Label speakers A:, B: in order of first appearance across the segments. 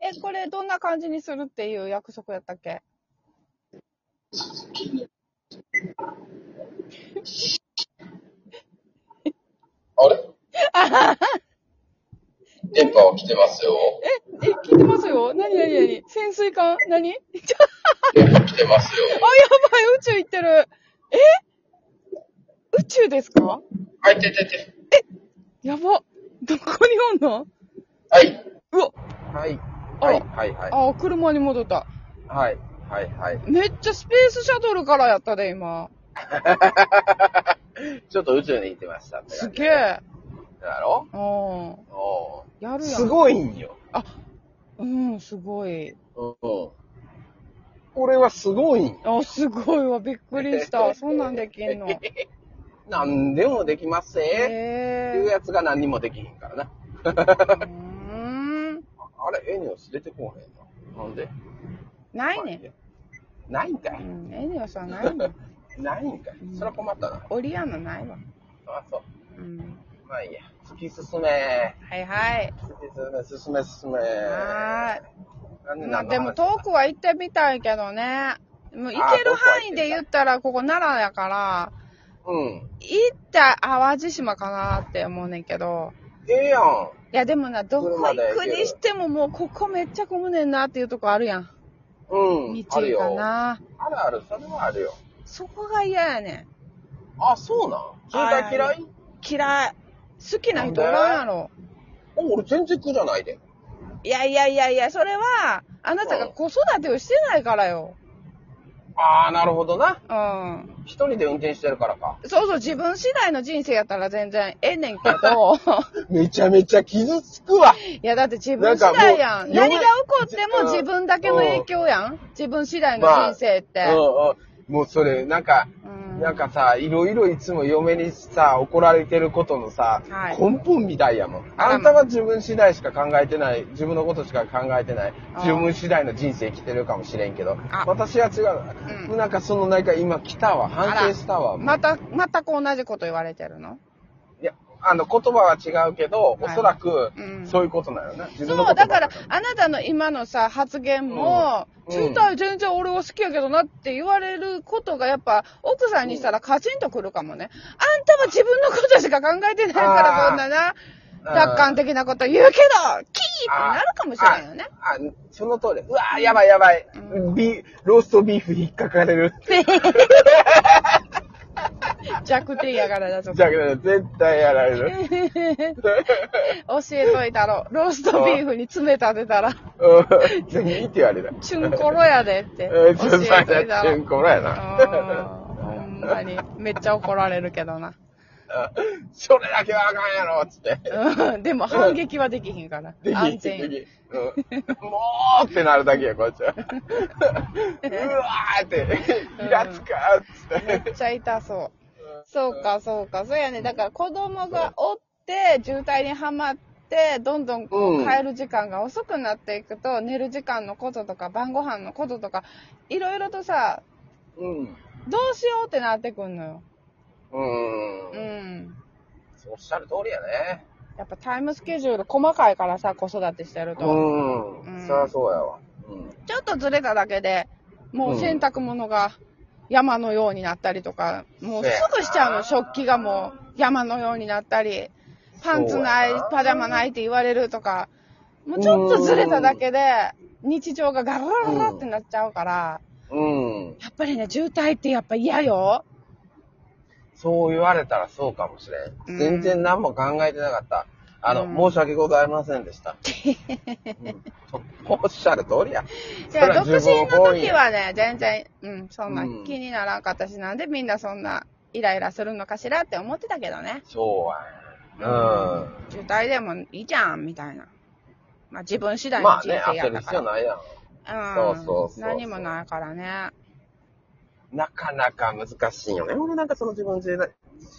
A: え、これどんな感じにするっていう約束やったっけ
B: あれ電波は来てますよ。
A: え、聞いてますよ何何何潜水艦何 ちょ
B: 電波来てますよ
A: あ、や。ばい、宇宙行ってる。え宇宙ですか
B: はい、ててて。
A: やば。どこにおんの
B: はい。
A: うわ、
C: はい。
A: あ
C: はい、はい、は
A: あ、車に戻った。
C: い。はい、はい、はい。
A: めっちゃスペースシャトルからやったで、今。
C: ちょっと宇宙に行ってましたって
A: す
C: 感じ。
A: げえ。
C: だろ
A: うん。
C: お
A: や
C: う
A: るやん。
C: すごいんよ。
A: うん、すごい。
C: うん。俺はすごいんよ。
A: あ、すごいわ。びっくりした。そんなんできんの。へ
C: 何でもできますぜ。
A: え
C: いうやつが何にもできへんからな。
A: うーん。
C: あれ、エニオス出てこへんのなんで
A: ないね。
C: ないんか
A: う
C: い。
A: ん、エニオスはないね。
C: ないんかい。そりゃ困ったな。
A: オリアンナないわ。
C: あ、そう。
A: うん。
C: まあいいや。突き進め。
A: はいはい。
C: 進め、進め、進め。
A: は
C: なん
A: ー
C: で
A: い。ま
C: な
A: あ
C: ん
A: で
C: の話
A: も遠くは行ってみたいけどね。もう行ける範囲で言ったら、ここ奈良やから、
C: うん。
A: 行った淡路島かなって思うねんけど。
C: ええやん。
A: いやでもな、どこ行くにしてももうここめっちゃ混むねんなっていうとこあるやん。
C: うん。
A: 道
C: ある
A: か
C: よ。
A: な。
C: あるある、それはあるよ。
A: そこが嫌やねん。
C: あ、そうなん渋滞嫌
A: はい嫌い。好きな人おらんやろ。
C: あ俺全然苦じゃないで。
A: いやいやいやいや、それは、あなたが子育てをしてないからよ。
C: ああ、なるほどな。
A: うん。
C: 一人で運転してるからか。
A: そうそう、自分次第の人生やったら全然ええねんけ ど、
C: めちゃめちゃ傷つ くわ。
A: いやだって自分次第やん。
C: なんかもう
A: 何が起こっても
C: うん
A: 自分だけの影響やん。自分次第の人生っ
C: う
A: て。
C: んうん。もうそれ、なんか、
A: うん
C: なんかさ、いろいろいつも嫁にさ、怒られてることのさ、
A: はい
C: 根本みたいやもん。
A: あらま
C: あんたは自分次第しか考えてない、自分のことしか考えてない
A: あ、ー
C: 自分次第の人生生きてるかもしれんけど
A: あ、
C: 私は違う。
A: うん
C: なんかそのなんか今来たわ、
A: あら
C: 反省したわ。
A: また、全く同じこと言われてるの
C: いや、あの、言葉は違うけど、おそらく
A: う、ん
C: そういうことなのな。自分
A: そ
C: のこ
A: う、
C: と
A: だから、あなたの今のさ、発言も、
C: うんうん
A: 絶対全然俺は好きやけどなって言われることが、やっぱ、奥さんにしたらカチンとくるかもね。あんたは自分のことしか考えてないから、
C: あー
A: こんなな、
C: うん
A: 楽観的なこと言うけど、キーってなるかもしれんよね。
C: あ、その通り。うわー、やばいやばい。ビーローストビーフ引っかかれる。
A: 弱点やからだ、そこ
C: じ。ゃあ、絶対やられる。
A: 教えといたろ。ローストビーフに詰め立てたら、
C: うん。次って言われる。
A: チュンコロやでって。教
C: う
A: え
C: ん、ちょっと待
A: と
C: っ
A: い
C: て、
A: た
C: チュン
A: ろ。
C: コロやな。
A: あーほんまに、めっちゃ怒られるけどな。
C: それだけはあかんやろ、つって。
A: うんでも反撃はできひんから。
C: で
A: 安
C: き
A: 全や。
C: できうん。もうってなるだけや、こっちは。うわーって、イラつかーっつっ
A: め
C: て。
A: っちゃ痛そう。そうか、そうか。そうやね。だから子供がおって、渋滞にはまって、どんどんこ
C: う
A: うん帰る時間が遅くなっていくと、寝る時間のこととか、晩ご飯のこととか、いろいろとさ、
C: うん。
A: どうしようってなってくんのよ。
C: うん
A: う。ん。
C: おっしゃる通りやね。
A: やっぱタイムスケジュール細かいからさ、子育てしてると。
C: う
A: うん
C: ん。そりゃそうやわ。うん。
A: ちょっとずれただけで、もう洗濯物が山のようになったりとか、もうすぐしちゃうの、食器がもう山のようになったり、パンツない
C: そうや、な
A: パジャマないって言われるとか、もうちょっとずれただけで、日常がガラガラガラってなっちゃうから、
C: うん。
A: やっぱりね、渋滞ってやっぱ嫌よ。
C: そう言われたらそうかもしれ
A: うん
C: ん。全然何も考えてなかった。あの、
A: うん
C: 申し訳ございません でした。うんおっしゃる通りや。
A: じゃあ、独
C: そりゃ
A: 身
C: 自分
A: の
C: 本位
A: 時
C: や
A: はね、全然、うん、そんな
C: うん
A: 気にならんかったし、なんでみんなそんなイライラするのかしらって思ってたけどね。
C: そうやん。うん。
A: 渋滞でもいいじゃん、みたいな。まあ自分次第の
C: まあ
A: 人
C: ね、
A: 生や
C: 焦
A: っ
C: る
A: たか
C: 必要
A: ら。
C: ないやん。
A: うん。
C: そうそうそうそう
A: 何もないからね。
C: なかなか難しいよね。俺なんかその自分次第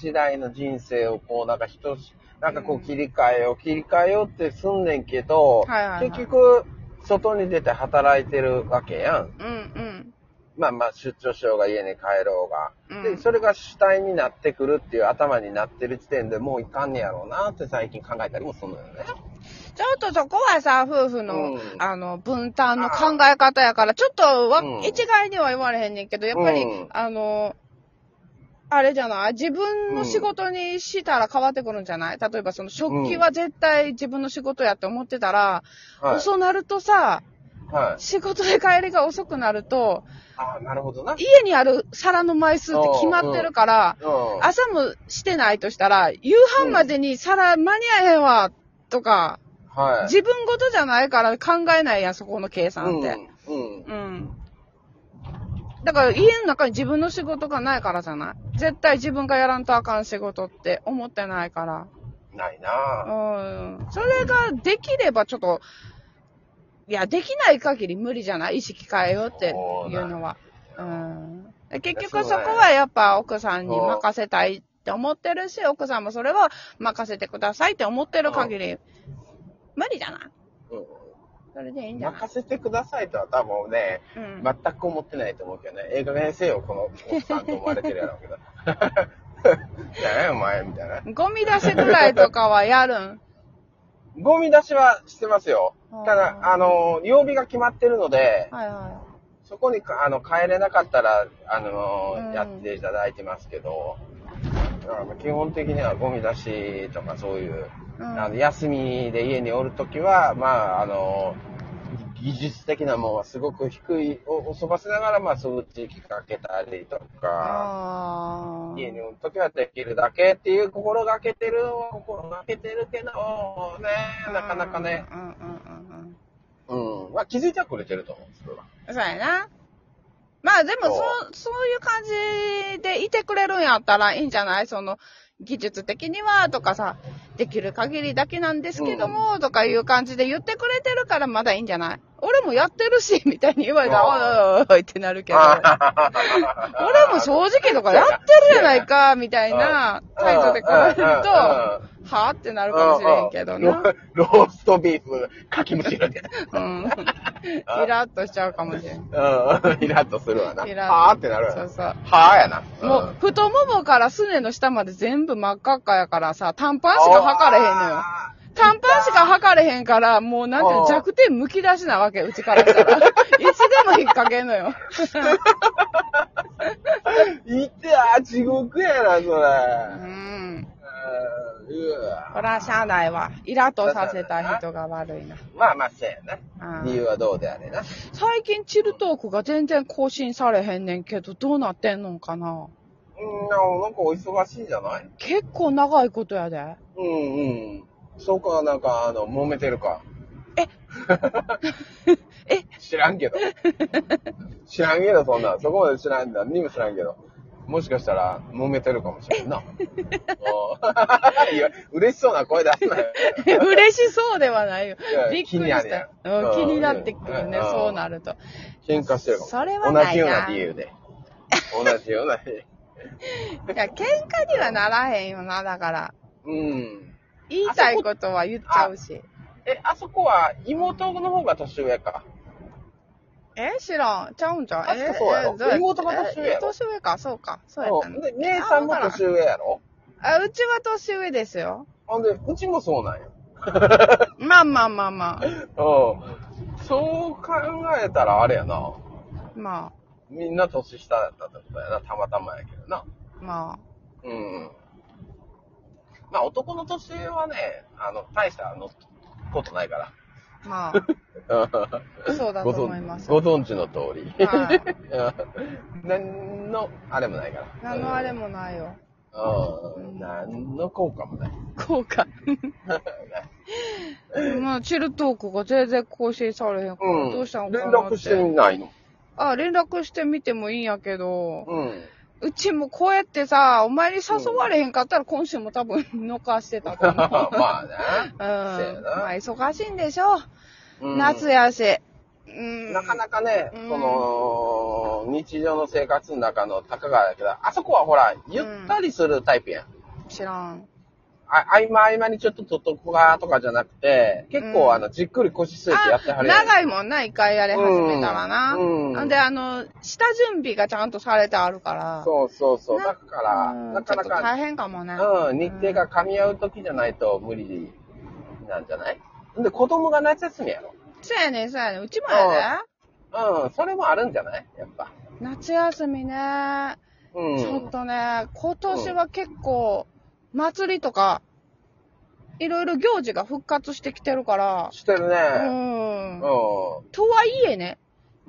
C: 次第の人生をこう、なんか人し、なんかこう切り替えよう、切り替えようってすんねんけど、
A: はいはいはい
C: 結局、外に出て働いてるわけやん。
A: うんうん。
C: まあまあ出張しようが家に帰ろうが、
A: う
C: で、
A: ん
C: それが主体になってくるっていう頭になってる時点でもういかんねやろうなって最近考えたりもするのよね。
A: ちょっとそこはさ、夫婦の、
C: うん
A: あの、分担の考え方やから、ちょっとわ、
C: うん
A: 一概には言われへんねんけど、やっぱり、
C: うん
A: あの、あれじゃない自分の仕事にしたら変わってくるんじゃない例えばその食器は絶対自分の仕事やって思ってたら、
C: はい。
A: そうなるとさ、
C: はい。
A: 仕事で帰りが遅くなると、
C: ああ、なるほどな。
A: 家にある皿の枚数って決まってるから、
C: うん。
A: 朝もしてないとしたら、夕飯までに皿間に合えへんわ、とか、
C: はい。
A: 自分事じゃないから考えないやん、そこの計算って。
C: うん。うん。
A: うん。だから家の中に自分の仕事がないからじゃない絶対自分がやらんとあかん仕事って思ってないか
C: ないな
A: ら。うん。それができればちょっと、いや、できない限り無理じゃない意識変えようっていうのは。うん。で結局そこはやっぱ奥さんに任せたいって思ってるし、奥さんもそれは任せてくださいって思ってる限り、無理じゃない
C: ぁ。
A: それでいい
C: うんん。
A: じゃない
C: 任せてくださいとは多分ね、
A: うん。
C: 全く思ってないと思うけどね。映画編成よ、このおっさんと思われてるやろ うけど。何やお前みたいな。
A: ゴミ出しぐらいとかはやるん。
C: ゴミ出しはしてますよ
A: あー。
C: ただ、あの、曜日が決まってるので、
A: はいは
C: そこにあの帰れなかったら、あの、
A: うん
C: やっていただいてますけど、だからまあ基本的にはゴミ出しとかそういう、
A: うん
C: あの休みで家におるときは、まあ、あの、技術的なもんはすごく低い、お遅ばせながら、まあ、掃除機かけたりと
A: い。
C: か、
A: あ
C: 家におるときはできるだけっていう心がけてる、心がけてるけど、ね、
A: あ。
C: なかなかね、
A: うんうんうんうん。
C: うん。まあ気づいてはくれてると思うんですけど。
A: そうやな。まあでも、そう、そういう感じでいてくれるんやったらいいんじゃないその、技術的にはとかさ、できる限りだけなんですけども、とかいう感じで言ってくれてるからまだいいんじゃない俺もやってるし、 みたいに言われたら、おいおいおいおいってなる けど。俺も正直とかやってるやないか、みたいな態度で来られると、はぁってなるかもしれんけどな。
C: ロローストビーフ、かきむしろで。
A: うん。イラッとしちゃうかもしれん。
C: うん、イラッとするわな。
A: イラッ
C: はぁってなるわ
A: そう
C: な。
A: そう。
C: はぁやな。
A: もう、太ももからすねの下まで全部真っ赤っかやからさ、短パンしか測れへんのよ。短パンしか測れへんから、もうなんていうの
C: あー
A: 弱点剥き出しなわけ、うちからした ら。いつでも引っ掛けんのよ。
C: のよ。いてあ地獄やな、それ。う
A: うん。
C: んうわ
A: これはしゃあないわ。イラッとさせた人が悪いな。
C: まあまあ、そうや
A: あ
C: な。
A: ー
C: 理由はどうであれな。
A: 最近チルトークが全然更新されへんねんけど、どうなってんのんかな
C: うん、なんかお忙しいじゃない
A: 結構長いことや で。
C: うんうん。そうか、なんか、あの、揉めてるか。
A: え え
C: 知らんけど。知らんけど、そんなん。そこまで知らん。何にも知らんけど。もしかしたら、揉めてるかもしれ んな。おー いや、嬉しそうな声出すなよ。
A: 嬉しそうではないよ
C: い
A: びっ
C: や。
A: くり
C: 気にな
A: し
C: るや
A: た。
C: ん
A: うん気になってくるね、
C: うん
A: そうなると。
C: 喧嘩してるかも。
A: それはないな
C: 同じような理由で。同じような理由。
A: いや、喧嘩にはならへんよな、だから。
C: うん。
A: 言いたいことは言っちゃうし。
C: え、あそこは、妹の方が年上か。
A: え知らん。ちゃうんちゃう
C: 確
A: え
C: かそうやろ
A: えどや
C: 妹が年上
A: え
C: やろ
A: 年上か、そうか。そうやったね
C: で姉さんも年上やろ
A: あ、うちは年上ですよ。
C: ほんで、うちもそうなんよ。
A: まあまあまあまあ。
C: うん。そう考えたらあれやな。
A: ま
C: みんな年下だったってことやな。たまたまやけどな。
A: あ、ま
C: うん。まあ男の年上はね、あの、大したのことないか
A: あ、ま
C: ら。
A: あ、そうだと
C: ご存
A: 思います。
C: ご存知の通り。
A: はい。
C: 何の、あれもないから。
A: 何のあれもないよ。
C: うん。うん。何の効果もない。
A: こう か。まあ、チルトークが全然更新されへんから、
C: うん。
A: どうしたんか
C: 連
A: なって。
C: 絡してないの。
A: あ、連絡してみてもいいんやけど、
C: うん。
A: うちもこうやってさ、お前に誘われへんかったら今週も多 分逃してたと
C: ま
A: 思 う。
C: あ
A: う
C: ね
A: ん。。
C: そうやな
A: まあ、忙しいんでしょ。
C: うん
A: 夏やし。うん。
C: なかなかね、
A: うん
C: その、日常の生活の中のたかがだけど、あそこはほら、ゆったりするタイプやん。
A: 知らん。
C: あ合間合間にちょっと取っとこうかとかじゃなくて、結構、
A: うん
C: あの、じっくり腰据えてやっては
A: あ
C: るやん。
A: 長いもんな、一回やり始めたらな。
C: うんうん
A: なんで、あの、下準備がちゃんとされてあるから。
C: そうそうそう。
A: な
C: だから、
A: うん
C: なかな
A: ちょっと
C: か、
A: 大変かもね。
C: うん、日程が噛み合う時じゃないと無理なんじゃないで、子供が夏休みやろ。
A: そうやねんそうやねんうちもや
C: うん、それもあるんじゃないやっぱ。
A: で。夏休みね。
C: うん。
A: ちょっとね、今年は結構、祭りとか、いろいろ行事が復活してきてるから、
C: してるね。
A: うん。
C: う
A: とはいえね、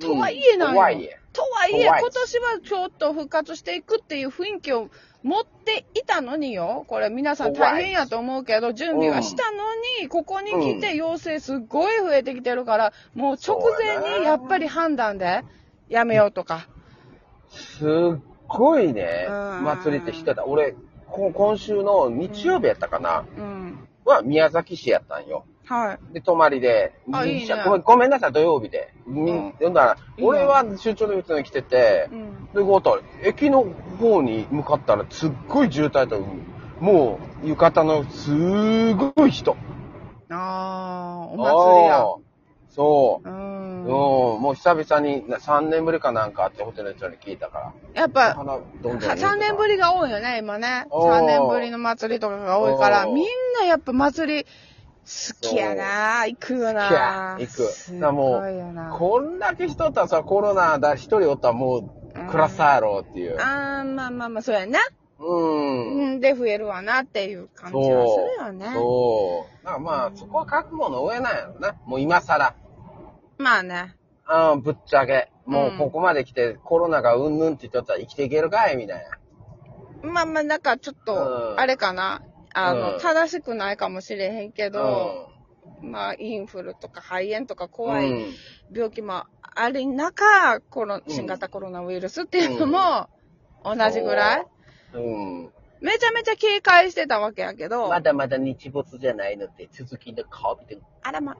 C: ん。
A: とはいえなんよ
C: とはいえ。
A: とはいえ、
C: 怖い
A: 今年はちょっと復活していくっていう雰囲気を持っていたのによ、これ皆さん
C: 怖い
A: 大変やと思うけど、準備はしたのに、ここに来て要請すっごい増えてきてるから、もう直
C: そう
A: 前
C: や
A: に
C: な
A: やっぱり判断でやめようとか。
C: すっごいね
A: うん、
C: 祭りってしてた。俺、こ今週の日曜日やったかな、
A: うん。
C: は宮崎市やったんよ。
A: はい。
C: で、泊まりで、
A: あいいね
C: みんなごめんごめんなさい、土曜日で。み
A: うん
C: ん、呼んだら、
A: いいね
C: 俺は出張で別に来てて
A: う、ん。
C: で、ゴータ、駅の方に向かったら、すっごい渋滞と、もう、浴衣のすごい人。
A: あー、お祭りや。
C: あーそう。
A: うん。
C: うん、もう久々にな3年ぶりかなんかってホテルの人に聞いたから。
A: やっぱ、
C: 花どんどん
A: 3年ぶ
C: り
A: りが多いよね、今ね。
C: おー
A: 3年ぶりの祭りとかが多いから、
C: おー
A: みんなやっぱ祭り、好きやな行くよな
C: 好きや行く
A: すごいよな
C: こんだけ人おったらさ、コロナだ、一人おったらもう、クラスやろうっていう。
A: あー、まあまあまあ、そうやな。
C: うん。
A: うん、で増えるわなっていう感じはするよね。
C: そう。だからまあ、そこは覚悟の上なんやろな。もう今更。
A: まあね。
C: あーぶっちゃけ。もうんうここまで来て、コロナがうんぬんって言っとったら生きていけるかいみたい
A: まあまあ、なんかちょっ
C: う
A: と、
C: ん
A: あれかな。あの、
C: うん
A: 正しくないかもしれへんけ
C: な。
A: ど、まあ、インフルとか肺炎とか
C: うん。
A: 怖い
C: うん
A: 病気もあり中、この新型コロナウイルスっていうのも同じぐらい、
C: うん。
A: めちゃめちゃ警戒してたわけやけど、
C: まだまだ日没じゃないので、続きの顔見て。
A: あらま、